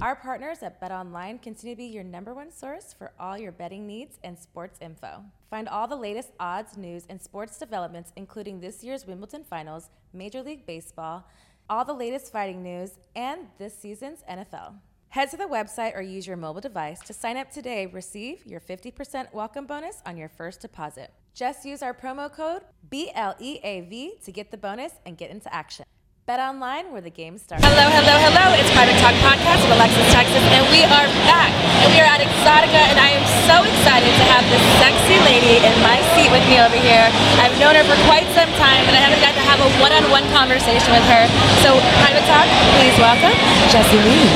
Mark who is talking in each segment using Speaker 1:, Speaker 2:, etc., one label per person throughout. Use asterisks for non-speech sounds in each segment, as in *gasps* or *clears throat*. Speaker 1: Our partners at BetOnline continue to be your number one source for all your betting needs and sports info. Find all the latest odds, news, and sports developments, including this year's Wimbledon Finals, Major League Baseball, all the latest fighting news, and this season's NFL. Head to the website or use your mobile device to sign up today. Receive your 50% welcome bonus on your first deposit. Just use our promo code BLEAV to get the bonus and get into action. Bet online where the game starts.
Speaker 2: Hello, hello, hello. It's Private Talk Podcast with Alexis Texas, and we are back. And we are at Exotica, and I am so excited to have this sexy lady in my seat with me over here. I've known her for quite some time, and I haven't got to have a one on one conversation with her. So, Private Talk, please welcome Jessie Lee.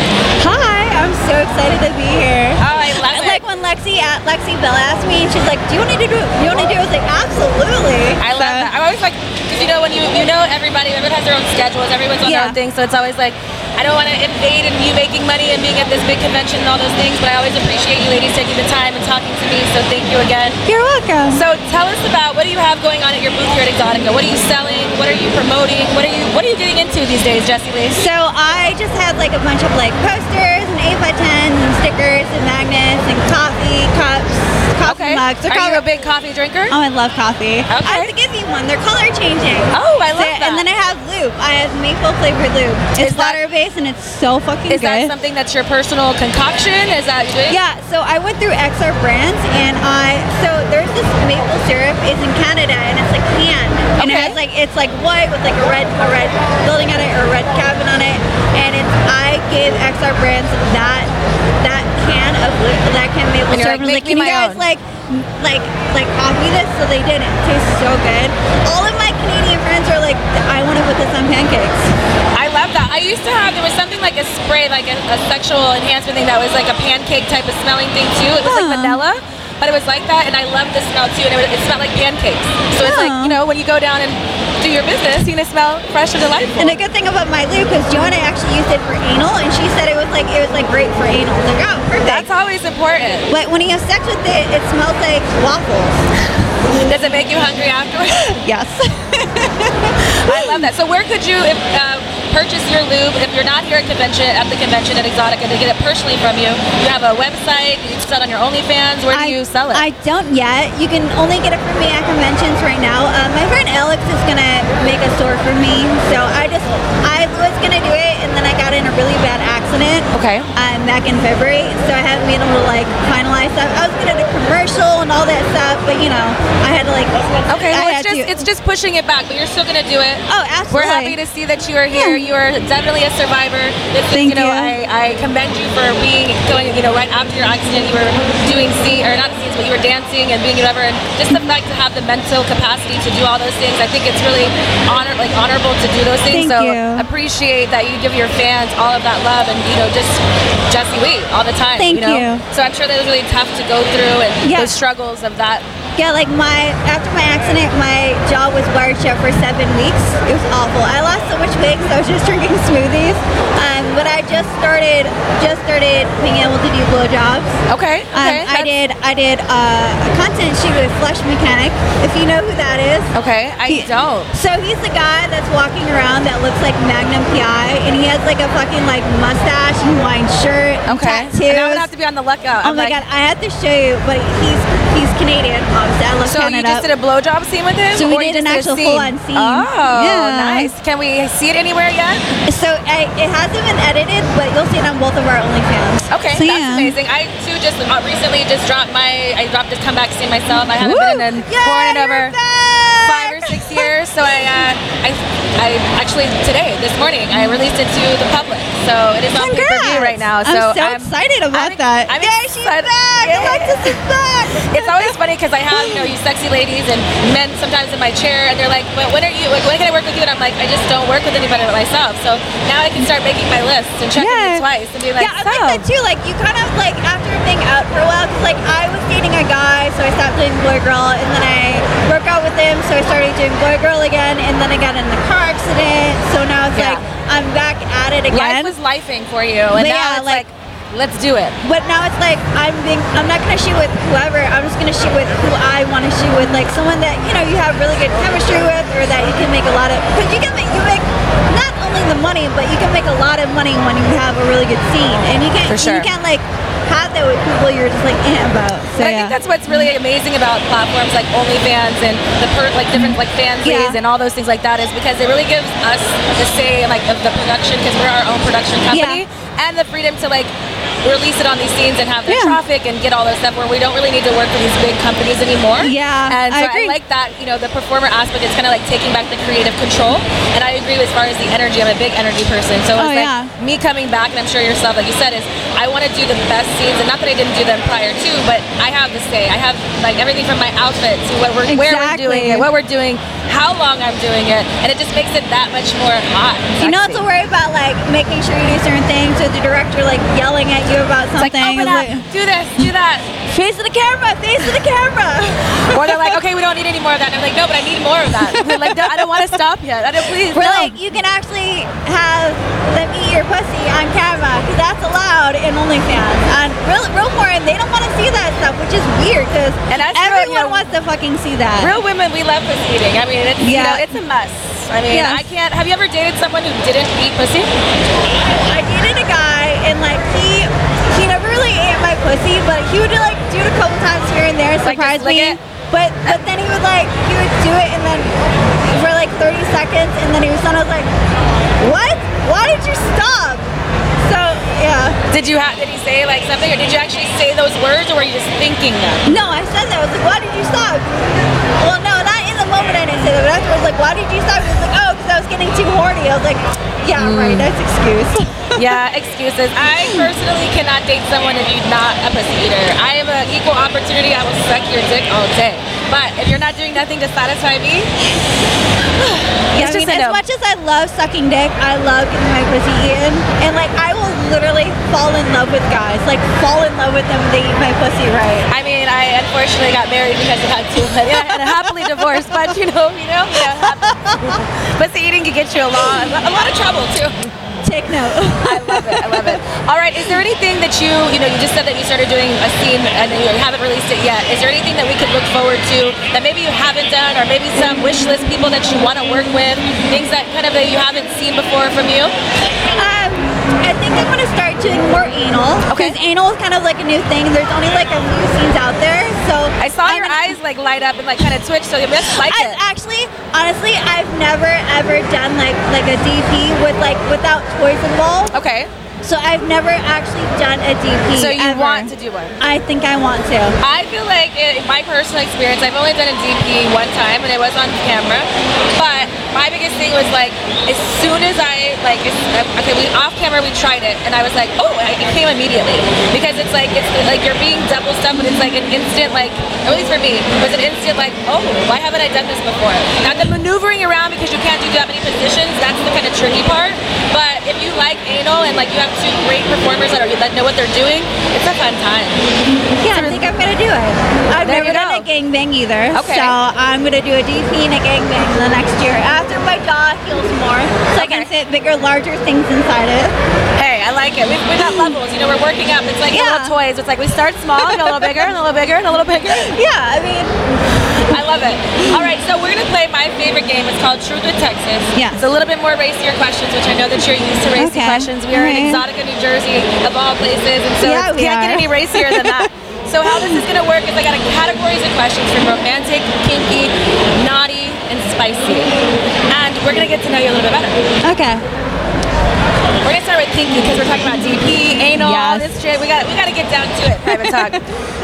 Speaker 3: Hi, I'm so excited to be here.
Speaker 2: Oh, I love
Speaker 3: And,
Speaker 2: it.
Speaker 3: like when Lexi at Lexi Bell asked me, and she's like, "Do you want to do? You want to do?" it?" I was like, "Absolutely."
Speaker 2: I love that. I'm always like, because you know, when you, you know everybody, everyone has their own schedules, everyone's on their
Speaker 3: Yeah.
Speaker 2: own thing, so it's always like, I don't want to invade and you making money and being at this big convention and all those things, but I always appreciate you ladies taking the time and talking to me, so thank you again.
Speaker 3: You're welcome.
Speaker 2: So tell us about what do you have going on at your booth here at Exotica? What are you selling? What are you promoting? What are you What are you getting into these days, Jessie Lee?
Speaker 3: So I just had like a bunch of like posters and eight by tens and stickers and magnets and coffee cups, coffee mugs. They're
Speaker 2: Are you a
Speaker 3: color-
Speaker 2: big coffee drinker?
Speaker 3: Oh, I love coffee.
Speaker 2: Okay.
Speaker 3: I have to give you one. They're color changing.
Speaker 2: Oh, I love
Speaker 3: So-
Speaker 2: that.
Speaker 3: And then I have lube. I have maple flavored lube.
Speaker 2: Is
Speaker 3: It's
Speaker 2: that-
Speaker 3: water based and it's so fucking
Speaker 2: Is
Speaker 3: good.
Speaker 2: that something that's your personal concoction? Is that you?
Speaker 3: Yeah, so I went through XR Brands and I so there's this maple syrup. It's in Canada and it's like canned and it
Speaker 2: Okay.
Speaker 3: has like it's like white with like a red a red building on it or a red cabin on it. And it's I gave XR Brands that that can of li- that can maple
Speaker 2: And you're like,
Speaker 3: syrup. I was
Speaker 2: "Make
Speaker 3: can
Speaker 2: me
Speaker 3: you
Speaker 2: my
Speaker 3: guys
Speaker 2: own."
Speaker 3: like like like copy this? So they did. It tastes so good. All of my Canadian friends are like, I want to put this on pancakes.
Speaker 2: I love that. I used to have there was something like a spray, like a, a sexual enhancement thing that was like a pancake type of smelling thing too. It was like
Speaker 3: Huh.
Speaker 2: vanilla, but it was like that, and I loved the smell too. And it, was, it smelled like pancakes. So it's like
Speaker 3: Huh.
Speaker 2: you know when you go down and do your business, you're gonna smell fresh and delightful.
Speaker 3: And the good thing about my lube is Joanna actually used it for anal, and she said it was like it was like great for anal. I was like, oh, perfect.
Speaker 2: That's always important.
Speaker 3: but when you have sex with it, it smells like waffles.
Speaker 2: Does it make you hungry afterwards? *laughs*
Speaker 3: *laughs* Yes.
Speaker 2: I love that. So where could you if, uh, purchase your lube if you're not here at convention at the convention at Exotica to get it personally from you? You have a website. You sell it on your OnlyFans. Where do you sell it?
Speaker 3: I don't yet. You can only get it from me at conventions right now. Uh, my friend Alex is gonna make a store for me, so I just I was gonna do it, and then I got in a really bad accident.
Speaker 2: okay.
Speaker 3: um, back in February, so I haven't been able to like finalize stuff. I was gonna do commercial and all that stuff, but you know, I had to like.
Speaker 2: Okay.
Speaker 3: I
Speaker 2: Well,
Speaker 3: had
Speaker 2: it's just
Speaker 3: to-
Speaker 2: it's just pushing it back, but you're still gonna do it.
Speaker 3: Oh, absolutely.
Speaker 2: We're happy to see that you are here.
Speaker 3: Yeah.
Speaker 2: You are definitely a survivor. This is,
Speaker 3: Thank
Speaker 2: you know,
Speaker 3: you.
Speaker 2: I, I commend you for being going, you know, right after your accident, you were doing scenes, or not scenes, but you were dancing and being whatever. And just the fact to have the mental capacity to do all those things, I think it's really honor, like honorable to do those things.
Speaker 3: Thank
Speaker 2: so
Speaker 3: you.
Speaker 2: appreciate that you give your fans all of that love and you know just Jesse Lee all the time.
Speaker 3: Thank
Speaker 2: you. Know?
Speaker 3: you.
Speaker 2: So I'm sure that was really tough to go through and
Speaker 3: Yeah.
Speaker 2: those struggles of that.
Speaker 3: Yeah, like my after my accident, my jaw was wired shut for seven weeks. It was awful. I lost so much weight because I was just *laughs* drinking smoothies. Um, but I just started just started being able to do blowjobs.
Speaker 2: Okay.
Speaker 3: Um,
Speaker 2: Okay.
Speaker 3: I
Speaker 2: that's-
Speaker 3: did I did uh, a content shoot with Flesh Mechanic. If you know who that is.
Speaker 2: Okay. I
Speaker 3: He-
Speaker 2: don't.
Speaker 3: So he's the guy that's walking around that looks like Magnum PI, and he has like a fucking like mustache and Hawaiian shirt, and
Speaker 2: Okay.
Speaker 3: tattoos.
Speaker 2: And I would have to be on the lookout.
Speaker 3: Oh
Speaker 2: I'm
Speaker 3: my
Speaker 2: like,
Speaker 3: god, I had to show you, but he's he's Canadian, obviously. I love
Speaker 2: So
Speaker 3: Canada.
Speaker 2: you just did a blowjob scene with him?
Speaker 3: So we
Speaker 2: Or you
Speaker 3: did an
Speaker 2: just a
Speaker 3: actual
Speaker 2: scene?
Speaker 3: full-on scene.
Speaker 2: Oh,
Speaker 3: Yeah.
Speaker 2: nice. Can we see it anywhere yet?
Speaker 3: So I, it hasn't been edited, but you'll see it on both of our OnlyFans.
Speaker 2: Okay,
Speaker 3: So,
Speaker 2: that's
Speaker 3: yeah.
Speaker 2: amazing. I too just uh, recently just dropped my I dropped this comeback scene myself. I haven't Oh, been in
Speaker 3: Yay,
Speaker 2: porn in
Speaker 3: you're
Speaker 2: over
Speaker 3: back!
Speaker 2: five or six
Speaker 3: *laughs*
Speaker 2: years. So I, uh, I, I actually today, this morning, I released it to the public. So it is on pay per view
Speaker 3: Congrats.
Speaker 2: right now. So
Speaker 3: I'm so excited about
Speaker 2: I'm-
Speaker 3: that.
Speaker 2: I'm
Speaker 3: Yay, she's
Speaker 2: excited.
Speaker 3: back!
Speaker 2: Yay.
Speaker 3: Alexis is back!
Speaker 2: It's always funny because I have, you know, you sexy ladies and men sometimes in my chair, and they're like, "But when are you? Like, when can I work with you?" And I'm like, "I just don't work with anybody but myself." So now I can start making my lists and checking
Speaker 3: Yeah.
Speaker 2: it twice and be like,
Speaker 3: yeah, I
Speaker 2: "So."
Speaker 3: like that too. Like you kind of like after being out for a while, 'cause, like I was dating a guy, so I stopped doing boy girl, and then I broke out with him, so I started doing boy girl again, and then I got in the car accident, so now it's
Speaker 2: Yeah.
Speaker 3: like I'm back at it
Speaker 2: Life
Speaker 3: again.
Speaker 2: was lifing for you, and
Speaker 3: But
Speaker 2: now
Speaker 3: yeah,
Speaker 2: it's like,
Speaker 3: like-
Speaker 2: "Let's do it."
Speaker 3: but now it's like I'm being I'm not gonna shoot with whoever. I'm just gonna shoot with who I want to shoot with, like someone that you know you have really good chemistry with, or that you can make a lot of. Cause you can make you make not only the money, but you can make a lot of money when you have a really good scene, and you can't
Speaker 2: For sure.
Speaker 3: you can't like have that with people you're just like eh about. So
Speaker 2: But I
Speaker 3: yeah.
Speaker 2: think that's what's really amazing about platforms like OnlyFans and the per- like different like fansies
Speaker 3: Yeah.
Speaker 2: and all those things like that is because it really gives us the say like of the production because we're our own production company and the freedom to like release it on these scenes and have the
Speaker 3: Yeah.
Speaker 2: traffic and get all those stuff where we don't really need to work for these big companies anymore.
Speaker 3: Yeah,
Speaker 2: and so I,
Speaker 3: I agree.
Speaker 2: like that you know the performer aspect is kind of like taking back the creative control. And I agree as far as the energy. I'm a big energy person, so
Speaker 3: Oh,
Speaker 2: it's like
Speaker 3: yeah.
Speaker 2: me coming back, and I'm sure yourself, like you said, is I want to do the best scenes, and not that I didn't do them prior to, but I have the say. I have like everything from my outfit to what we're, where we're doing
Speaker 3: Exactly.
Speaker 2: it, what we're doing, how long I'm doing it, and it just makes it that much more hot. and
Speaker 3: you don't have
Speaker 2: sexy.
Speaker 3: to worry about like making sure you do certain things or the director like yelling at you about
Speaker 2: It's like open
Speaker 3: something. It's
Speaker 2: up,
Speaker 3: like,
Speaker 2: do this, do that,
Speaker 3: face to the camera, face to the camera. *laughs*
Speaker 2: or they're like, okay, we don't need any more of that. And I'm like, no, but I need more of that. They're like, no, I don't want to stop yet. I don't please.
Speaker 3: We're
Speaker 2: no.
Speaker 3: like, you can actually have them eat your pussy on camera because that's allowed in OnlyFans. On real, real porn, they don't want to see that stuff, which is weird because
Speaker 2: And that's real,
Speaker 3: everyone
Speaker 2: you know,
Speaker 3: wants to fucking see that.
Speaker 2: Real women, we love pussy eating. I mean, it's,
Speaker 3: Yeah.
Speaker 2: you know, it's a must. I mean,
Speaker 3: Yeah.
Speaker 2: I can't. Have you ever dated someone who didn't eat pussy?
Speaker 3: I dated a guy and like he he never really ate my pussy, but he would like do it a couple times here and there,
Speaker 2: Like,
Speaker 3: surprise
Speaker 2: just lick
Speaker 3: me.
Speaker 2: it?
Speaker 3: But but then he would like he would do it and then for like 30 seconds and then he was done. I was like, what? Why did you stop? So yeah.
Speaker 2: Did you have? Did he say like something, or did you actually say those words, or were you just thinking them?
Speaker 3: No, I said that. I was like, why did you stop? Well, no, not in the moment I didn't say that, but after I was like, why did you stop? He was like, oh, because I was getting too horny. I was like, yeah,
Speaker 2: Mm.
Speaker 3: right, that's excuse.
Speaker 2: *laughs*
Speaker 3: *laughs*
Speaker 2: yeah, excuses. I personally cannot date someone if you're not a pussy eater. I am an equal opportunity. I will suck your dick all day. But if you're not doing nothing to satisfy me, *sighs* It's
Speaker 3: yeah, I mean,
Speaker 2: just a no.
Speaker 3: as much as I love sucking dick, I love getting my pussy eaten. And like, I will literally fall in love with guys. Like, fall in love with them if they eat my pussy right.
Speaker 2: I mean, I unfortunately got married because of that too, but yeah, and happily divorced. But you know, you know, you know, it happens. pussy eating can get you a lot, a lot of trouble too.
Speaker 3: Take note. *laughs*
Speaker 2: I love it. I love it. All right. Is there anything that you, you know, you just said that you started doing a scene and you haven't released it yet. Is there anything that we could look forward to that maybe you haven't done, or maybe some wish list people that you want to work with, things that kind of that you haven't seen before from you?
Speaker 3: Um, I think I'm gonna start doing more anal.
Speaker 2: Okay.
Speaker 3: Because anal is kind of like a new thing. There's only like a few scenes out there, so
Speaker 2: I saw
Speaker 3: I'm
Speaker 2: your
Speaker 3: gonna-
Speaker 2: eyes like light up and like kind of twitch, so you must like
Speaker 3: I
Speaker 2: it.
Speaker 3: actually, honestly, I've never ever done like like a DP with like without toys involved.
Speaker 2: Okay.
Speaker 3: So I've never actually done a DP.
Speaker 2: So you
Speaker 3: ever.
Speaker 2: want to do one?
Speaker 3: I think I want to.
Speaker 2: I feel like in my personal experience, I've only done a DP one time, and it was on camera. But my biggest thing was like, as soon as I like, as, okay, we off camera, we tried it, and I was like, oh, I- it came immediately because it's like it's like you're being double stuff, but it's like an instant like, at least for me, it was an instant like, oh, why haven't I done this before? Now the maneuvering around because you can't do that many positions, that's the kind of tricky part. But if you like anal and like you have two great performers that are that know what they're doing, it's a fun time.
Speaker 3: Yeah, I think I'm gonna do it. I've
Speaker 2: There
Speaker 3: never
Speaker 2: you
Speaker 3: done a
Speaker 2: go.
Speaker 3: gangbang either.
Speaker 2: Okay.
Speaker 3: So I'm gonna do a DP and a gangbang the next year after my jaw heals more, so I can
Speaker 2: Okay.
Speaker 3: fit bigger, larger things inside it.
Speaker 2: Hey, I like it. We've, we've got levels. You know, we're working up. It's like
Speaker 3: Yeah.
Speaker 2: little toys. It's like we start small, and a little bigger, and a little bigger, and a little bigger.
Speaker 3: Yeah, I mean,
Speaker 2: I love it. All right, so we're gonna play my favorite game. It's called Truth or Texas.
Speaker 3: Yeah.
Speaker 2: It's a little bit more racier questions, which I know that you're used to racy
Speaker 3: Okay.
Speaker 2: questions. We are in
Speaker 3: Alright.
Speaker 2: Exotica, New Jersey, of all places, and so
Speaker 3: Yeah,
Speaker 2: it
Speaker 3: we
Speaker 2: can't get
Speaker 3: are.
Speaker 2: any racier than
Speaker 3: *laughs*
Speaker 2: that. So how this is gonna work is I got a categories of questions from romantic, kinky, naughty, and spicy, and we're gonna get to know you a little bit better.
Speaker 3: okay.
Speaker 2: We're gonna start with kinky because we're talking about DP, anal, all
Speaker 3: Yes.
Speaker 2: this shit. We got we got to get down to it. Private
Speaker 3: *laughs*
Speaker 2: talk.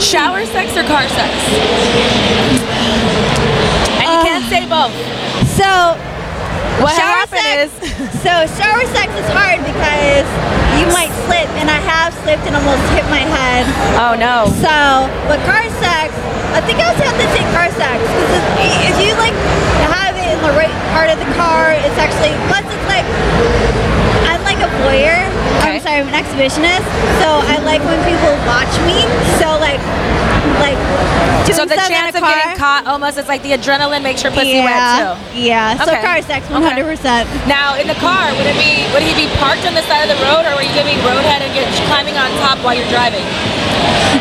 Speaker 2: Shower sex or car sex? And you can't say both.
Speaker 3: So
Speaker 2: What
Speaker 3: shower
Speaker 2: happened
Speaker 3: sex.
Speaker 2: is
Speaker 3: *laughs* so shower sex is hard because you might slip, and I have slipped and almost hit my head.
Speaker 2: oh no.
Speaker 3: So, but car sex, I think I also have to take car sex because if you like have it in the right part of the car, it's actually plus it's like I'm like a voyeur.
Speaker 2: Okay.
Speaker 3: I'm sorry, I'm an exhibitionist, so I like when people watch me. So like, like doing
Speaker 2: So the
Speaker 3: stuff in a
Speaker 2: chance of
Speaker 3: car-
Speaker 2: getting caught almost is like the adrenaline makes your pussy
Speaker 3: Yeah,
Speaker 2: wet too.
Speaker 3: yeah. So
Speaker 2: Okay.
Speaker 3: car sex,
Speaker 2: Okay.
Speaker 3: 100. percent
Speaker 2: Now in the car, would it be would he be parked on the side of the road, or were you gonna be roadhead and get climbing on top while you're driving?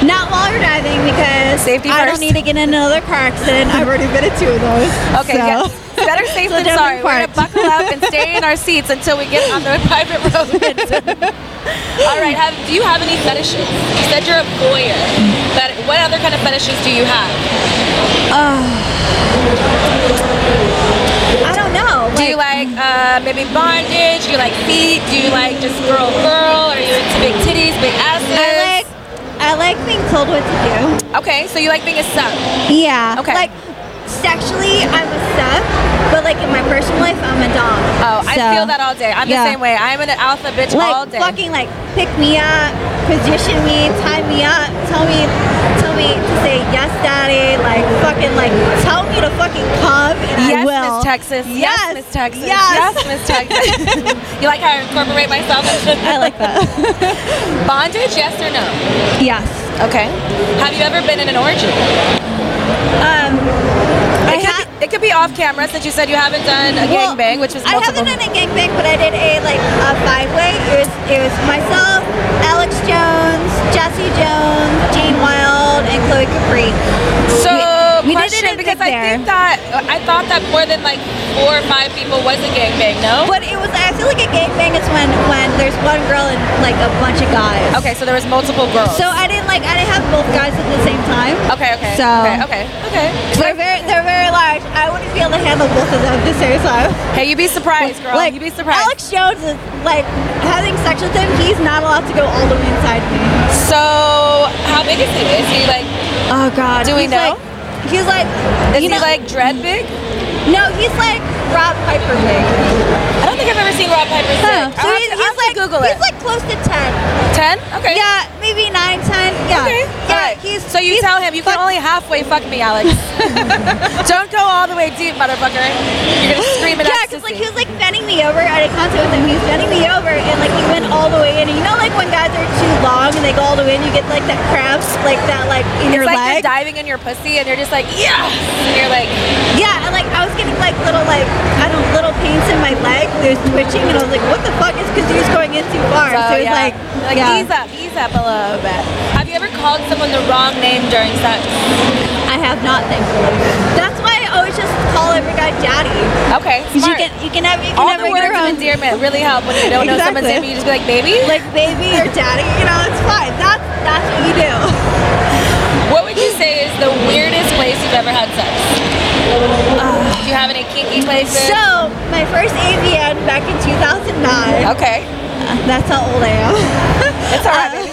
Speaker 3: Not while you're driving because
Speaker 2: Safety
Speaker 3: I
Speaker 2: first.
Speaker 3: don't need to get in another car accident. I've already been in two of those.
Speaker 2: Okay,
Speaker 3: so.
Speaker 2: yes. Better safe
Speaker 3: So
Speaker 2: than
Speaker 3: don't
Speaker 2: sorry. We're going to
Speaker 3: impart.
Speaker 2: buckle up and stay in our seats until we get on the *laughs* private
Speaker 3: *laughs*
Speaker 2: road. All right. Have, do you have any fetishes? You said you're a voyeur. But what other kind of fetishes do you have?
Speaker 3: I don't know.
Speaker 2: Do you like uh, maybe bondage? Do you like feet? Do you like just girl girl? Are you into big titties, big asses?
Speaker 3: I like I like being told what to do.
Speaker 2: Okay, so you like being a sub.
Speaker 3: Yeah.
Speaker 2: Okay.
Speaker 3: Like sexually, I'm a sub, but like in my personal life, I'm a dom.
Speaker 2: Oh, I
Speaker 3: So,
Speaker 2: feel that all day. I'm
Speaker 3: yeah.
Speaker 2: the same way. I'm an alpha bitch
Speaker 3: Like
Speaker 2: all day.
Speaker 3: fucking like pick me up, position me, tie me up, tell me, tell me to say yes, daddy. Like fucking like tell me to fucking come and I
Speaker 2: Yes,
Speaker 3: will.
Speaker 2: Miss Texas. Yes,
Speaker 3: Yes,
Speaker 2: Miss Texas.
Speaker 3: yes.
Speaker 2: Miss
Speaker 3: *laughs*
Speaker 2: Texas. you like how I incorporate myself into
Speaker 3: I
Speaker 2: *laughs*
Speaker 3: like that.
Speaker 2: bondage? Yes or no?
Speaker 3: yes.
Speaker 2: Okay. Have you ever been in an orgy?
Speaker 3: Um,
Speaker 2: it,
Speaker 3: I
Speaker 2: could
Speaker 3: ha-
Speaker 2: be, it could be off camera since you said you haven't done a
Speaker 3: Well,
Speaker 2: gangbang, which was
Speaker 3: I
Speaker 2: multiple.
Speaker 3: haven't done a gangbang, but I did a like a five way. It was it was myself, Alex Jones, Jesse Jones, Jane Wild, and Chloe Capri.
Speaker 2: So
Speaker 3: We- we did
Speaker 2: question,
Speaker 3: it in
Speaker 2: because I
Speaker 3: big there.
Speaker 2: think that I thought that more than like four or five people was a gangbang. No.
Speaker 3: But it was I feel like a gangbang is when when there's one girl and like a bunch of guys.
Speaker 2: Okay, so there was multiple girls.
Speaker 3: So I didn't like I didn't have both guys at the same time.
Speaker 2: okay, okay,
Speaker 3: So-
Speaker 2: okay, okay, okay.
Speaker 3: They're very they're very large. I wouldn't be able to handle both of them at the same time.
Speaker 2: Hey, you be surprised, girl.
Speaker 3: like
Speaker 2: you be surprised.
Speaker 3: Alex Jones is like having sex with him. He's not allowed to go all the way inside me.
Speaker 2: so how big is he? Is he like
Speaker 3: Oh God.
Speaker 2: Do we
Speaker 3: he's
Speaker 2: know?
Speaker 3: Like, he's like.
Speaker 2: is he
Speaker 3: you know-
Speaker 2: like dread big?
Speaker 3: No, he's like Rob Piper big.
Speaker 2: I don't think I've ever seen Rob Piper's
Speaker 3: So
Speaker 2: dick. I'll have
Speaker 3: he's,
Speaker 2: to- I'll
Speaker 3: he's
Speaker 2: have to
Speaker 3: like
Speaker 2: Google
Speaker 3: he's
Speaker 2: it.
Speaker 3: like close to ten.
Speaker 2: ten? Okay.
Speaker 3: Yeah, maybe nine, ten. Yeah.
Speaker 2: Okay.
Speaker 3: Yeah.
Speaker 2: All right. *gasps*
Speaker 3: He's
Speaker 2: so you
Speaker 3: he's
Speaker 2: tell him you can
Speaker 3: fuck-
Speaker 2: only halfway fuck me,
Speaker 3: *laughs*
Speaker 2: Alex. don't go all the way deep, motherfucker. You're gonna scream it
Speaker 3: Yeah,
Speaker 2: out.
Speaker 3: because like he was like bending me over. I had contact with him. He was bending me over, and like he went all the way in. And you know, like when guys are too long and they go all the way in, you get like that cramps, like that, like in your
Speaker 2: It's like
Speaker 3: leg.
Speaker 2: they're diving in your pussy and they're just like, yeah, and you're like,
Speaker 3: Yeah, and like I was getting like little like I don't know, little pains in my leg. There's twitching, and I was like, "What the fuck?" It's because he was going in too far. So,
Speaker 2: oh,
Speaker 3: it's
Speaker 2: yeah.
Speaker 3: like,
Speaker 2: You're like
Speaker 3: yeah.
Speaker 2: ease up, ease up a little bit. Have you ever called someone the wrong name during sex?
Speaker 3: I have not, thankfully. That's why I always just call every guy daddy.
Speaker 2: Okay,
Speaker 3: 'Cause you
Speaker 2: smart.
Speaker 3: can you can have you can
Speaker 2: All
Speaker 3: have
Speaker 2: the
Speaker 3: your
Speaker 2: words of
Speaker 3: own
Speaker 2: endearment really help when you don't know someone's
Speaker 3: um,
Speaker 2: name.
Speaker 3: Exactly.
Speaker 2: You just be like, baby.
Speaker 3: like baby or daddy. You know, it's fine. That's that's what you do.
Speaker 2: What would you say is the weirdest place you've ever had sex? Do you have any kinky places?
Speaker 3: Uh, So my first AVN back in 2009.
Speaker 2: okay,
Speaker 3: That's how old I am.
Speaker 2: it's alright. baby.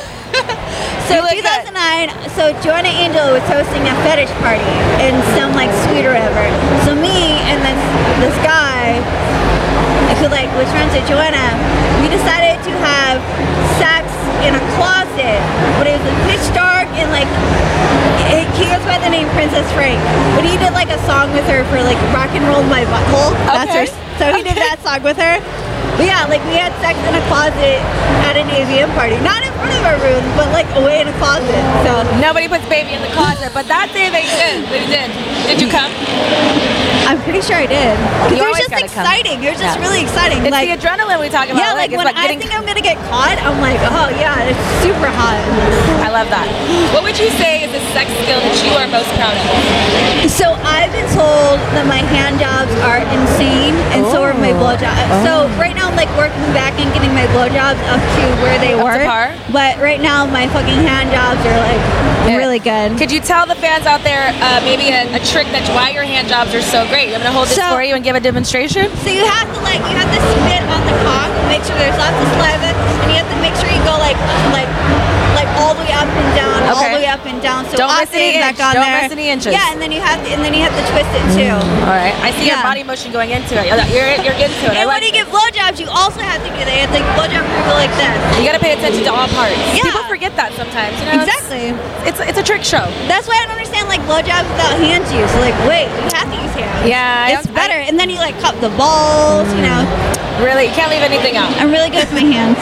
Speaker 3: So
Speaker 2: You look good.
Speaker 3: 2009, so Joanna Angel was hosting a fetish party in some like suite or whatever. So me and this this guy who like was friends with Joanna, we decided to have sex in a closet, but it was like, pitch dark and like it, he goes by the name Princess Frank. But he did like a song with her for like rock and roll my butthole. That's her.
Speaker 2: Okay.
Speaker 3: So he did that song with her. But yeah, like we had sex in a closet at an AVM party. Not in front of our room, but like away in a closet. So
Speaker 2: Uh, Nobody puts baby in the closet, but that day they did. They did. Did you come?
Speaker 3: I'm pretty sure I did. 'Cause
Speaker 2: You
Speaker 3: it was
Speaker 2: always
Speaker 3: just
Speaker 2: gotta come.
Speaker 3: exciting. It was just
Speaker 2: Yeah.
Speaker 3: really exciting.
Speaker 2: It's
Speaker 3: like
Speaker 2: the adrenaline we talk about.
Speaker 3: yeah, like
Speaker 2: it's
Speaker 3: when
Speaker 2: like
Speaker 3: I
Speaker 2: getting
Speaker 3: think I'm gonna get caught, I'm like, oh yeah, it's super hot.
Speaker 2: I love that. What would you say is a sex skill that you are most proud of?
Speaker 3: So I've been told that my hand jobs are insane, and so are my
Speaker 2: Oh.
Speaker 3: blowjobs. So right now I'm like working back and getting my blowjobs up to where they
Speaker 2: Up to
Speaker 3: were.
Speaker 2: par?
Speaker 3: But right now my fucking hand jobs are like really good.
Speaker 2: Could you tell the fans out there uh, maybe a, a trick that's why your hand jobs are so great? I'm gonna hold this
Speaker 3: So-
Speaker 2: for you and give a demonstration.
Speaker 3: So you have to like you have to spit on the cock, make sure there's lots of saliva, and you have to make sure you go like like like all the way up and down, all
Speaker 2: Okay.
Speaker 3: the way up and down. So
Speaker 2: Don't miss
Speaker 3: octave
Speaker 2: any
Speaker 3: back
Speaker 2: inch.
Speaker 3: on
Speaker 2: Don't
Speaker 3: there.
Speaker 2: miss any inches.
Speaker 3: Yeah, and then you have to, and then you have to twist it too.
Speaker 2: All right. I see your
Speaker 3: Yeah.
Speaker 2: body motion going into it. You're, you're, you're into it. I
Speaker 3: And when
Speaker 2: like
Speaker 3: you get blowjobs, you also have to do that. You have to like, blowjob people like this.
Speaker 2: You gotta pay attention to all parts.
Speaker 3: Yeah.
Speaker 2: People forget that sometimes. You know, It's-
Speaker 3: Exactly.
Speaker 2: It's, it's a trick show.
Speaker 3: That's why I don't understand like blowjobs without hands use. Like, wait, you have to use hands.
Speaker 2: Yeah, I
Speaker 3: it's
Speaker 2: don't-
Speaker 3: better. and then you like cup the balls. You know,
Speaker 2: Really, you can't leave anything out.
Speaker 3: I'm really good with my
Speaker 2: *laughs*
Speaker 3: hands.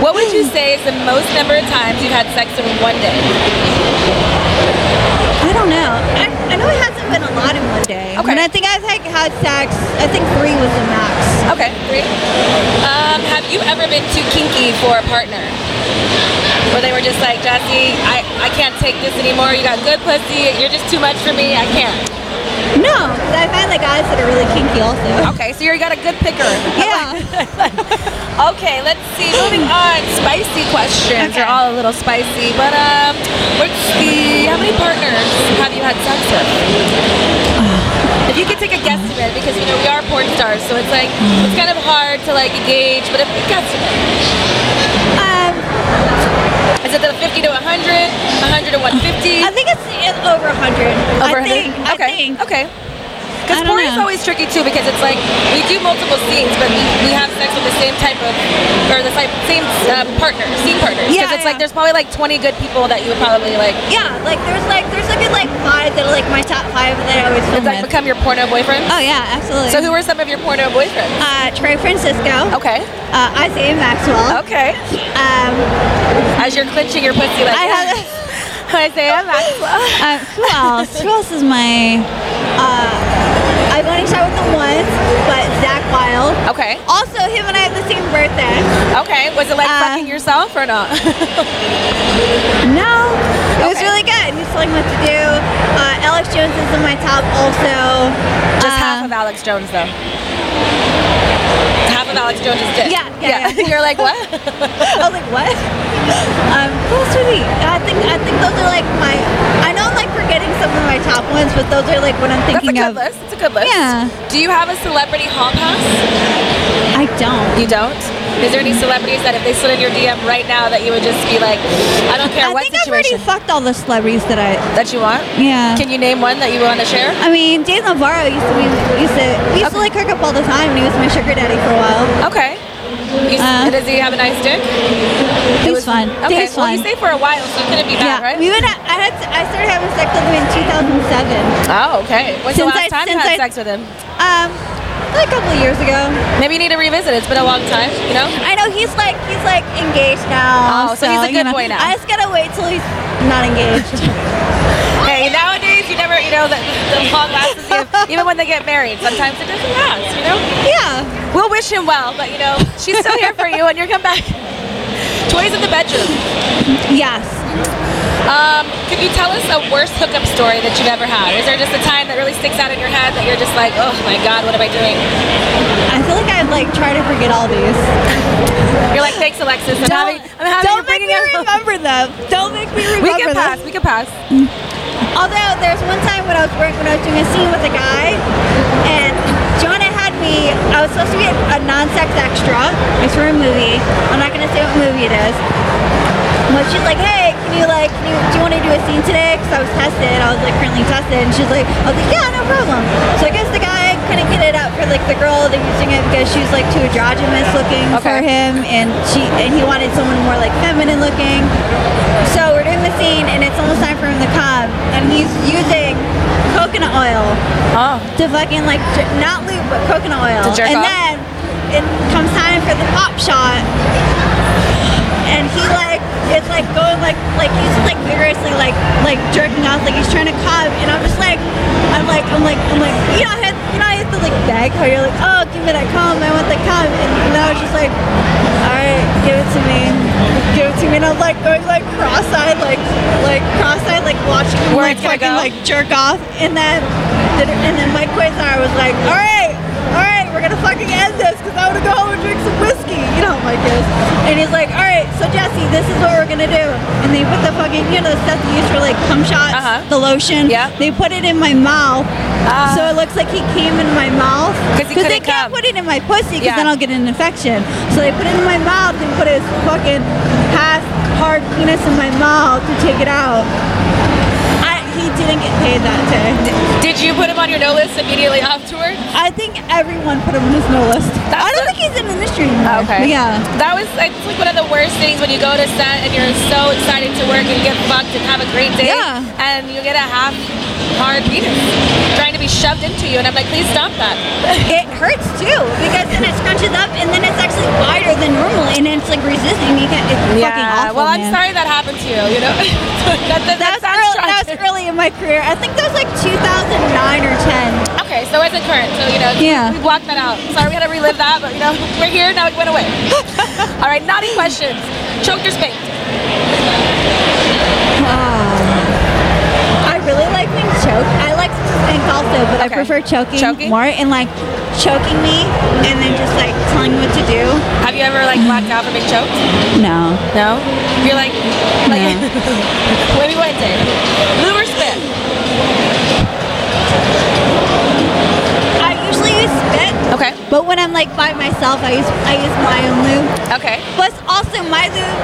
Speaker 2: What would you say is the most number of times you've had sex in one day?
Speaker 3: I don't know. I, I know it hasn't been a lot in one day.
Speaker 2: Okay.
Speaker 3: And I think I've like had sex. I think three was the max.
Speaker 2: Okay, three. Um, have you ever been too kinky for a partner? Where they were just like, Jesse, I, I can't take this anymore. You got good pussy. You're just too much for me. I can't.
Speaker 3: No, 'cause I find like guys that are really kinky also.
Speaker 2: Okay, so you got a good picker.
Speaker 3: *laughs* Yeah.
Speaker 2: Okay, let's see.
Speaker 3: *clears throat*
Speaker 2: Moving on, spicy questions. They're
Speaker 3: Okay.
Speaker 2: all a little spicy, but um, what's the? How many partners have you had sex
Speaker 3: *sighs*
Speaker 2: with? If you could take a guesstimate, because you know we are porn stars, so it's like it's kind of hard to like gauge. But if a guesstimate,
Speaker 3: Um,
Speaker 2: is it the 50 to 100, 100 to 150?
Speaker 3: I think it's it's over 100.
Speaker 2: Over
Speaker 3: I
Speaker 2: 100?
Speaker 3: think. I
Speaker 2: okay.
Speaker 3: think.
Speaker 2: Okay. Because
Speaker 3: I don't
Speaker 2: porn is
Speaker 3: know.
Speaker 2: always tricky too, because it's like we do multiple scenes, but we, we have sex with the same type of or the type, same uh, partner, scene partners.
Speaker 3: Yeah,
Speaker 2: Because it's like
Speaker 3: yeah.
Speaker 2: there's probably like 20 good people that you would probably like.
Speaker 3: Yeah, like there's like there's like a, like five that are like my top five that I always film
Speaker 2: It's like
Speaker 3: with.
Speaker 2: become your porno boyfriend.
Speaker 3: Oh yeah, absolutely.
Speaker 2: So who are some of your porno boyfriends?
Speaker 3: Uh, Trey Francisco.
Speaker 2: Okay.
Speaker 3: Uh, Isaiah Maxwell.
Speaker 2: Okay.
Speaker 3: Um,
Speaker 2: As you're clenching your pussy, like
Speaker 3: I have.
Speaker 2: *laughs* Isaiah
Speaker 3: *laughs*
Speaker 2: Maxwell.
Speaker 3: Uh, who else? who else is my? Uh, I've only shot with the once, but Zach Wild.
Speaker 2: Okay.
Speaker 3: Also, him and I have the same birthday.
Speaker 2: Okay. Was it like
Speaker 3: Uh,
Speaker 2: fucking yourself or not? *laughs*
Speaker 3: No, it was
Speaker 2: Okay.
Speaker 3: really good. He's telling me what to do. Uh, Alex Jones is in my top also.
Speaker 2: Just
Speaker 3: Uh,
Speaker 2: half of Alex Jones though. Half of Alex Jones is dick.
Speaker 3: Yeah, yeah,
Speaker 2: *laughs*
Speaker 3: yeah.
Speaker 2: You're like what?
Speaker 3: I was oh, like, what? Um, who else would be? I think I think those are like my. I know I'm like forgetting some of my top ones, but those are like what I'm
Speaker 2: That's a
Speaker 3: *laughs* thinking
Speaker 2: good
Speaker 3: of.
Speaker 2: list. It's a good list.
Speaker 3: Yeah.
Speaker 2: Do you have a celebrity haunt house?
Speaker 3: I don't.
Speaker 2: You don't. Is there any celebrities that if they slid in your DM right now that you would just be like, I don't care
Speaker 3: I
Speaker 2: what
Speaker 3: think
Speaker 2: situation
Speaker 3: I've already fucked all the celebrities that I.
Speaker 2: that you want?
Speaker 3: Yeah.
Speaker 2: Can you name one that you want to share?
Speaker 3: I mean, Dave Navarro used to be used to we used to like hook up all the time, and he was my sugar daddy for a while.
Speaker 2: Okay. You,
Speaker 3: Uh,
Speaker 2: does he have a nice dick?
Speaker 3: He's
Speaker 2: It was-
Speaker 3: fun.
Speaker 2: Okay.
Speaker 3: Dave's
Speaker 2: well,
Speaker 3: fun.
Speaker 2: you say for a while, so it couldn't be
Speaker 3: yeah,
Speaker 2: bad, right?
Speaker 3: we would. ha- I had. I started having sex with him in 2007.
Speaker 2: Oh, okay. When's the
Speaker 3: Since
Speaker 2: last
Speaker 3: I-
Speaker 2: time you
Speaker 3: since
Speaker 2: had
Speaker 3: I-
Speaker 2: sex with him?
Speaker 3: Um, like a couple of years ago.
Speaker 2: Maybe you need to revisit. It's been a long time, you know?
Speaker 3: I know he's like he's like engaged now.
Speaker 2: Oh, so he's a
Speaker 3: you
Speaker 2: good
Speaker 3: know,
Speaker 2: boy now.
Speaker 3: I just gotta wait till he's not engaged.
Speaker 2: *laughs* Hey, nowadays you never, you know, the, the long lasting,
Speaker 3: *laughs*
Speaker 2: even when they get married, sometimes it doesn't last, you know?
Speaker 3: yeah.
Speaker 2: We'll wish him well, but you know, she's still here for you and you're come back. *laughs* Toys in the bedroom.
Speaker 3: Yes.
Speaker 2: Um, could you tell us a worst hookup story that you've ever had? Is there just a time that really sticks out in your head that you're just like, oh my god, what am I doing?
Speaker 3: I feel like I've like tried to forget all these.
Speaker 2: You're like, thanks, Alexis. I'm having, I'm having you're
Speaker 3: don't make
Speaker 2: bringing
Speaker 3: me
Speaker 2: it up."
Speaker 3: remember them. Don't make me remember
Speaker 2: *laughs* We can
Speaker 3: them.
Speaker 2: pass. We can pass.
Speaker 3: Although there's one time when I was working, when I was doing a scene with a guy, and Jonah had me. I was supposed to be a, a non-sex extra. It's for a movie. I'm not gonna say what movie it is. But she's like, hey, can you like, can you, do you want to do a scene today? Because I was tested. I was like currently tested, and she's like, I was like, yeah, no problem. So I guess the guy couldn't get it up for like the girl. They're using it because she was like too androgynous looking for
Speaker 2: Okay.
Speaker 3: him, and she and he wanted someone more like feminine looking. So we're doing the scene, and it's almost time for him to come, and he's using coconut oil
Speaker 2: Oh.
Speaker 3: to fucking like j- not lube, but coconut oil.
Speaker 2: To jerk off?
Speaker 3: and then it comes time for the pop shot, and he like is like going like like he's like vigorously like like jerking off, like he's trying to come, and I'm just like. I'm like, I'm like, I'm like, you know, I have, you know, I have to like beg her. You're like, oh, give me that cum. I want the cum. And then I was just like, all right, give it to me, give it to me. And I'm like going like cross-eyed, like, like cross-eyed, like watching him
Speaker 2: Where it's
Speaker 3: like
Speaker 2: gonna
Speaker 3: fucking
Speaker 2: go?
Speaker 3: like jerk off. And then, and then Mike Quasar was like, all right, all right, we're gonna fucking end this because I want to go home and drink some whiskey. You know how Mike is. And he's like, all right, so Jesse, this is what we're gonna do. And they put the fucking, you know, the stuff you use for like cum shots,
Speaker 2: Uh-huh.
Speaker 3: the lotion.
Speaker 2: Yep.
Speaker 3: They put it in my mouth.
Speaker 2: Ah.
Speaker 3: so it looks like he came in my mouth.
Speaker 2: 'Cause he
Speaker 3: they
Speaker 2: couldn't come.
Speaker 3: can't put it in my pussy because
Speaker 2: Yeah.
Speaker 3: then I'll get an infection. So they put it in my mouth and put his fucking half hard penis in my mouth to take it out. I, he didn't get paid that day.
Speaker 2: Did you put him on your no list immediately afterward?
Speaker 3: I think everyone put him on his no list. I don't think he's in the industry anymore. But Yeah.
Speaker 2: *laughs* That was it's like one of the worst things when you go to set and you're so excited to work and get fucked and have a great day.
Speaker 3: Yeah.
Speaker 2: And you get a half hard penis trying to be shoved into you and I'm like, please stop that.
Speaker 3: It hurts too because then it scrunches up and then it's actually wider than normal and then it's like resisting. You can't. It's fucking awful.
Speaker 2: well I'm
Speaker 3: man.
Speaker 2: sorry that happened to you, you know? *laughs* that, that, that
Speaker 3: That was,
Speaker 2: sounds
Speaker 3: early, that
Speaker 2: tragic.
Speaker 3: was early in my career. I think that was like 2009 or 10.
Speaker 2: Okay, so it's a current, so you know,
Speaker 3: Yeah.
Speaker 2: we blocked that out. Sorry we had to relive that, but you know, *laughs* we're here, now it went
Speaker 3: *laughs*
Speaker 2: away. All right, naughty questions. Choked or spanked?
Speaker 3: I really like being choked. I like stink also, but I
Speaker 2: Okay.
Speaker 3: prefer choking,
Speaker 2: Choking?
Speaker 3: more and like choking me and then just like telling me what to do.
Speaker 2: Have you ever like
Speaker 3: Mm-hmm.
Speaker 2: blacked out from being choked?
Speaker 3: No.
Speaker 2: No. You're like, like *laughs* maybe one day. Lube or spit?
Speaker 3: I usually use spit,
Speaker 2: Okay.
Speaker 3: but when I'm like by myself, I use I use my own lube.
Speaker 2: Okay.
Speaker 3: Plus, also my lube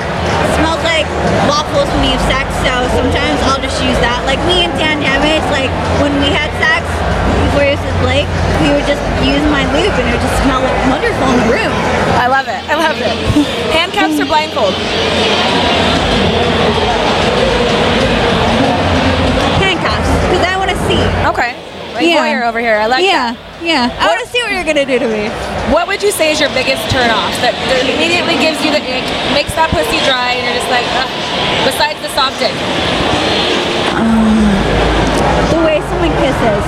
Speaker 3: smells like waffles when we have sex, so sometimes I'll just use that. Like me and Dan Damage, like when we had sex before it was with Blake, we would just use my lube and it would just smell like wonderful in the room.
Speaker 2: I love it. I love
Speaker 3: *laughs*
Speaker 2: it. Handcuffs or blindfold?
Speaker 3: Handcuffs, because I want to see.
Speaker 2: Okay. Like
Speaker 3: Yeah.
Speaker 2: voyeur over here. I like
Speaker 3: yeah, yeah. I
Speaker 2: What-
Speaker 3: want to see what you're gonna do to me.
Speaker 2: that. What would you say is your biggest turnoff that, that immediately gives you the ick, makes that pussy dry, and you're just like, Ugh. besides the soft dick,
Speaker 3: The way someone kisses.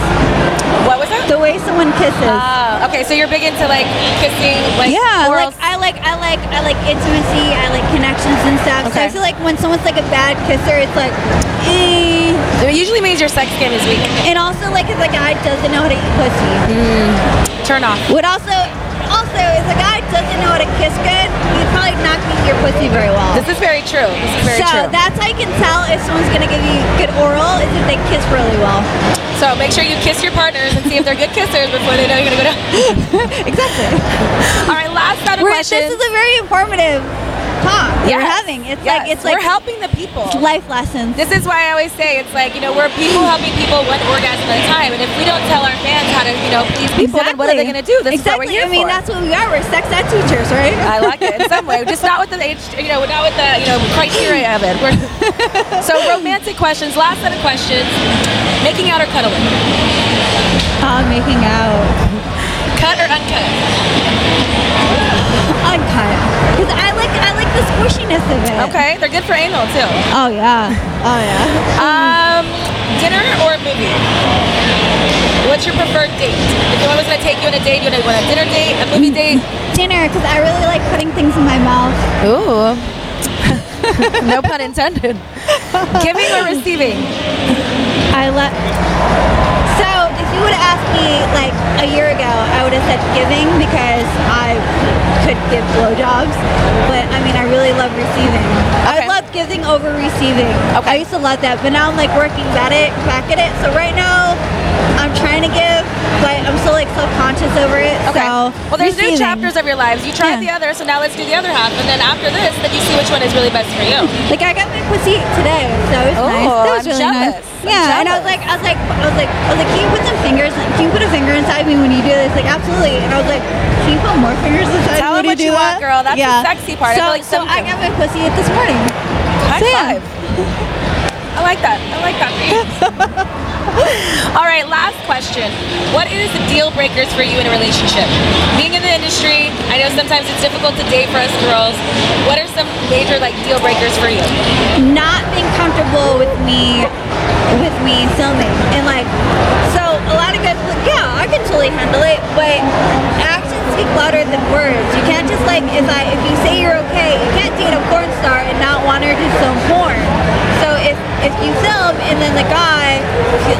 Speaker 2: what was that?
Speaker 3: The way someone kisses.
Speaker 2: Ah, okay, so you're big into like kissing, like
Speaker 3: yeah,
Speaker 2: oral
Speaker 3: like I like I like I like intimacy. I like connections and stuff. So I
Speaker 2: Okay.
Speaker 3: feel like when someone's like a bad kisser, it's like, eh.
Speaker 2: It usually means your sex game is weak.
Speaker 3: and also like if a guy doesn't know how to eat pussy,
Speaker 2: Turn off.
Speaker 3: would also also if a guy doesn't know how to kiss good, he's probably not gonna eat your pussy very well.
Speaker 2: This is very true. This is very
Speaker 3: so
Speaker 2: true.
Speaker 3: that's how you can tell if someone's gonna give you good oral is if they kiss really well.
Speaker 2: so make sure you kiss your partners and see if they're good kissers before they know you're gonna go down.
Speaker 3: *laughs*
Speaker 2: *laughs*
Speaker 3: exactly.
Speaker 2: All right, last set of
Speaker 3: We're, this
Speaker 2: questions.
Speaker 3: is a very informative talk that we're
Speaker 2: Yes.
Speaker 3: having. It's
Speaker 2: Yes.
Speaker 3: like it's like
Speaker 2: we're helping the people.
Speaker 3: life lessons.
Speaker 2: This is why I always say it's like you know we're people helping people one orgasm at a time, and if we don't tell our fans how to you know please people, then what are they gonna do? This is
Speaker 3: exactly.
Speaker 2: what we're here
Speaker 3: I mean,
Speaker 2: for.
Speaker 3: that's what we are. We're sex ed teachers, right?
Speaker 2: *laughs* I like it in some way, just not with the age, you know, not with the you know criteria of it. *laughs* We're so romantic questions. Last set of questions: making out or cuddling,
Speaker 3: Ah, making out. *laughs*
Speaker 2: cut or uncut.
Speaker 3: Uncut. Because I like I like the squishiness of it.
Speaker 2: Okay, they're good for anal too.
Speaker 3: Oh yeah. Oh yeah.
Speaker 2: Um, dinner or a movie? What's your preferred date? If someone was gonna take you on a date, you wanna- want a dinner date, a movie date?
Speaker 3: Dinner, because I really like putting things in my mouth.
Speaker 2: Ooh. *laughs* no pun intended. Giving or receiving?
Speaker 3: I love. So if you would have asked me like a year ago, I would have said giving because I could give blowjobs. But I mean, I really love receiving.
Speaker 2: Okay.
Speaker 3: I love giving over receiving.
Speaker 2: Okay.
Speaker 3: I used to love that, but now I'm like working at it, back at it. So right now, I'm trying to give, but I'm still like self-conscious over it.
Speaker 2: Okay.
Speaker 3: So
Speaker 2: well, there's new
Speaker 3: receiving.
Speaker 2: chapters of your lives. You tried
Speaker 3: Yeah.
Speaker 2: the other, so now let's do the other half. And then after this, then you see which one is really best for you.
Speaker 3: Like I got my pussy today, so it was
Speaker 2: Oh,
Speaker 3: nice. That was
Speaker 2: I'm
Speaker 3: really
Speaker 2: jealous.
Speaker 3: nice.
Speaker 2: I'm
Speaker 3: yeah, and I
Speaker 2: jealous.
Speaker 3: was like, I was like, I was like, I was like, can you put some fingers? Can you put a finger inside me when you do this? Like, absolutely. And I was like, can you put more fingers inside
Speaker 2: Tell
Speaker 3: me
Speaker 2: him
Speaker 3: when
Speaker 2: what you
Speaker 3: you do
Speaker 2: want,
Speaker 3: that?
Speaker 2: girl. That's the sexy part. I
Speaker 3: So,
Speaker 2: feel like
Speaker 3: so
Speaker 2: some
Speaker 3: I
Speaker 2: can-
Speaker 3: got my pussy this morning.
Speaker 2: High
Speaker 3: So, yeah.
Speaker 2: five. I like that. I like that.
Speaker 3: *laughs*
Speaker 2: All right, last question. What is the deal breakers for you in a relationship? Being in the industry, I know sometimes it's difficult to date for us girls. What are some major like deal breakers for you?
Speaker 3: not being comfortable with me with me filming and like so a lot of guys are like yeah i can totally handle it but actions speak louder than words you can't just like if i if you say you're okay you can't date a porn star and not want her to film porn so if if you film and then the guy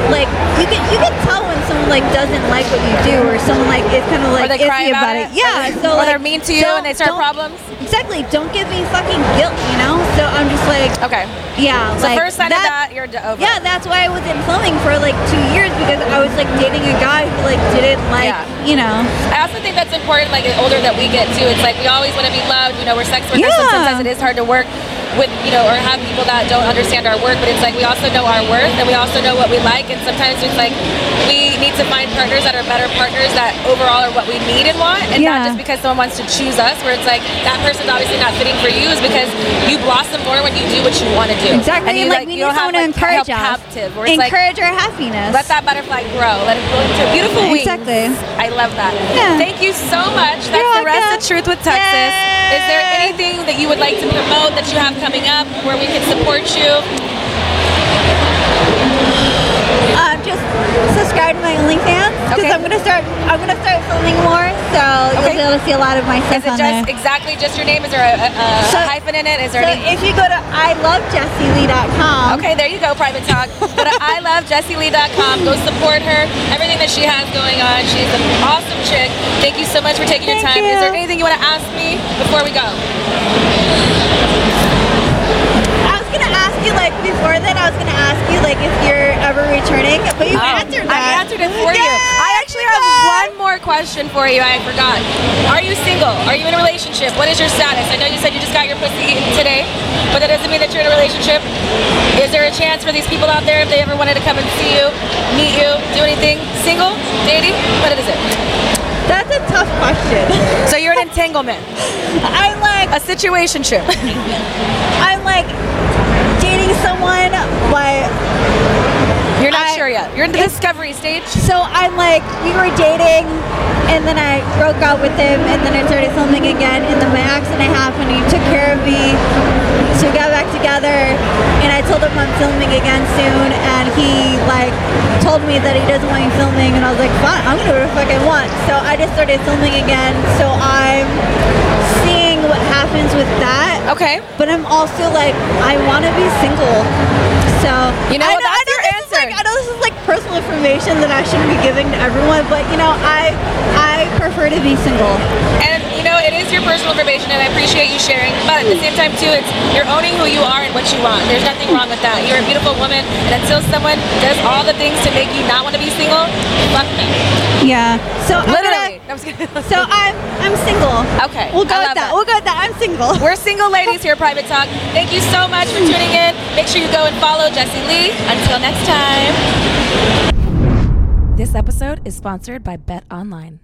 Speaker 3: like you can you can tell when someone like doesn't like what you do or someone like is kind of like
Speaker 2: they cry
Speaker 3: iffy
Speaker 2: about it?
Speaker 3: about, it. yeah
Speaker 2: Or-
Speaker 3: so
Speaker 2: or
Speaker 3: like,
Speaker 2: they're mean to you
Speaker 3: don't-
Speaker 2: and they start
Speaker 3: don't-
Speaker 2: problems?
Speaker 3: exactly don't give me fucking guilt you know so i'm just like
Speaker 2: Okay.
Speaker 3: yeah.
Speaker 2: So
Speaker 3: like,
Speaker 2: first sign of that, you're d- over.
Speaker 3: Yeah, that's why I was in filming for like two years because I was like dating a guy who like didn't like
Speaker 2: Yeah.
Speaker 3: you know.
Speaker 2: I also think that's important. Like the older that we get too, it's like we always want to be loved. You know, we're sex workers, so
Speaker 3: Yeah.
Speaker 2: sometimes it is hard to work with you know or have people that don't understand our work. But it's like we also know our worth and we also know what we like. And sometimes it's like we need to find partners that are better partners that overall are what we need and want, and not
Speaker 3: Yeah.
Speaker 2: just because someone wants to choose us. Where it's like that person's obviously not fitting for you is because you blossom more when you do what you want to do.
Speaker 3: Exactly.
Speaker 2: And you,
Speaker 3: like, we
Speaker 2: you
Speaker 3: need
Speaker 2: don't have,
Speaker 3: someone to
Speaker 2: like,
Speaker 3: encourage
Speaker 2: help
Speaker 3: us.
Speaker 2: captive, where it's like,
Speaker 3: Encourage our happiness.
Speaker 2: let that butterfly grow. Let it grow into beautiful wings.
Speaker 3: Exactly.
Speaker 2: I love that.
Speaker 3: Yeah.
Speaker 2: Thank you so much. That's
Speaker 3: You're
Speaker 2: the rest
Speaker 3: welcome.
Speaker 2: of Truth with Texas.
Speaker 3: Yay.
Speaker 2: Is there anything that you would like to promote that you have coming up where we can support you?
Speaker 3: uh, just subscribe to my OnlyFans because
Speaker 2: Okay.
Speaker 3: I'm gonna start. I'm gonna start filming more. so
Speaker 2: Okay.
Speaker 3: you'll be able to see a lot of
Speaker 2: Is
Speaker 3: my stuff
Speaker 2: it
Speaker 3: on
Speaker 2: just
Speaker 3: there.
Speaker 2: exactly just your name? Is there a, a, a
Speaker 3: So-
Speaker 2: hyphen in it? Is there
Speaker 3: So
Speaker 2: any?
Speaker 3: if you go to ilovejessielee.com,
Speaker 2: Okay, there you go, private talk.
Speaker 3: *laughs*
Speaker 2: But I love jessielee.com. Go support her, everything that she has going on. She's an awesome chick. Thank you so much for taking your
Speaker 3: Thank
Speaker 2: time. Is there
Speaker 3: you.
Speaker 2: anything you want to ask me before we go?
Speaker 3: I was gonna ask you like before that. I was gonna ask you like if you're ever returning, but you
Speaker 2: Oh,
Speaker 3: answered
Speaker 2: I
Speaker 3: that.
Speaker 2: answered it for you.
Speaker 3: Yay!
Speaker 2: I actually have one more question for you. I forgot. Are you single? Are you in a relationship? What is your status? I know you said you just got your pussy eaten today, but that doesn't mean that you're in a relationship. Is there a chance for these people out there if they ever wanted to come and see you, meet you, do anything? Single? Dating? What is it?
Speaker 3: That's a tough question.
Speaker 2: So you're an
Speaker 3: *laughs*
Speaker 2: entanglement,
Speaker 3: I'm like
Speaker 2: a situationship.
Speaker 3: *laughs* I'm like dating someone, but
Speaker 2: You're not
Speaker 3: I-
Speaker 2: sure yet. You're in the discovery stage.
Speaker 3: so I'm like we were dating, and then I broke up with him, and then I started something again, and then my accident happened. He took care of me, so we got back together, and I told him I'm filming again soon, and he like told me that he doesn't want me filming, and I was like fine, I'm gonna do what I fucking want. So I just started filming again. So I'm seeing what happens with that.
Speaker 2: Okay.
Speaker 3: But I'm also like, I want to be single. So
Speaker 2: You know,
Speaker 3: I
Speaker 2: that's your
Speaker 3: I this is, like-
Speaker 2: answer.
Speaker 3: I know this is like personal information that I shouldn't be giving to everyone, but you know, I I prefer to be single.
Speaker 2: And you know, it is your personal information, and I appreciate you sharing. But at the same time, too, it's you're owning who you are and what you want. There's nothing wrong with that. You're a beautiful woman, and until someone does all the things to make you not want to be single, fuck them.
Speaker 3: Yeah. So I'm gonna-
Speaker 2: Literally. No, I'm just kidding. *laughs*
Speaker 3: so I'm I'm single.
Speaker 2: Okay,
Speaker 3: We'll go
Speaker 2: I
Speaker 3: with
Speaker 2: love
Speaker 3: that.
Speaker 2: that.
Speaker 3: We'll go with that. I'm single. *laughs*
Speaker 2: We're single ladies here, at Private Talk. Thank you so much for tuning in. Make sure you go and follow Jessie Lee. Until next time.
Speaker 1: This episode is sponsored by Bet Online.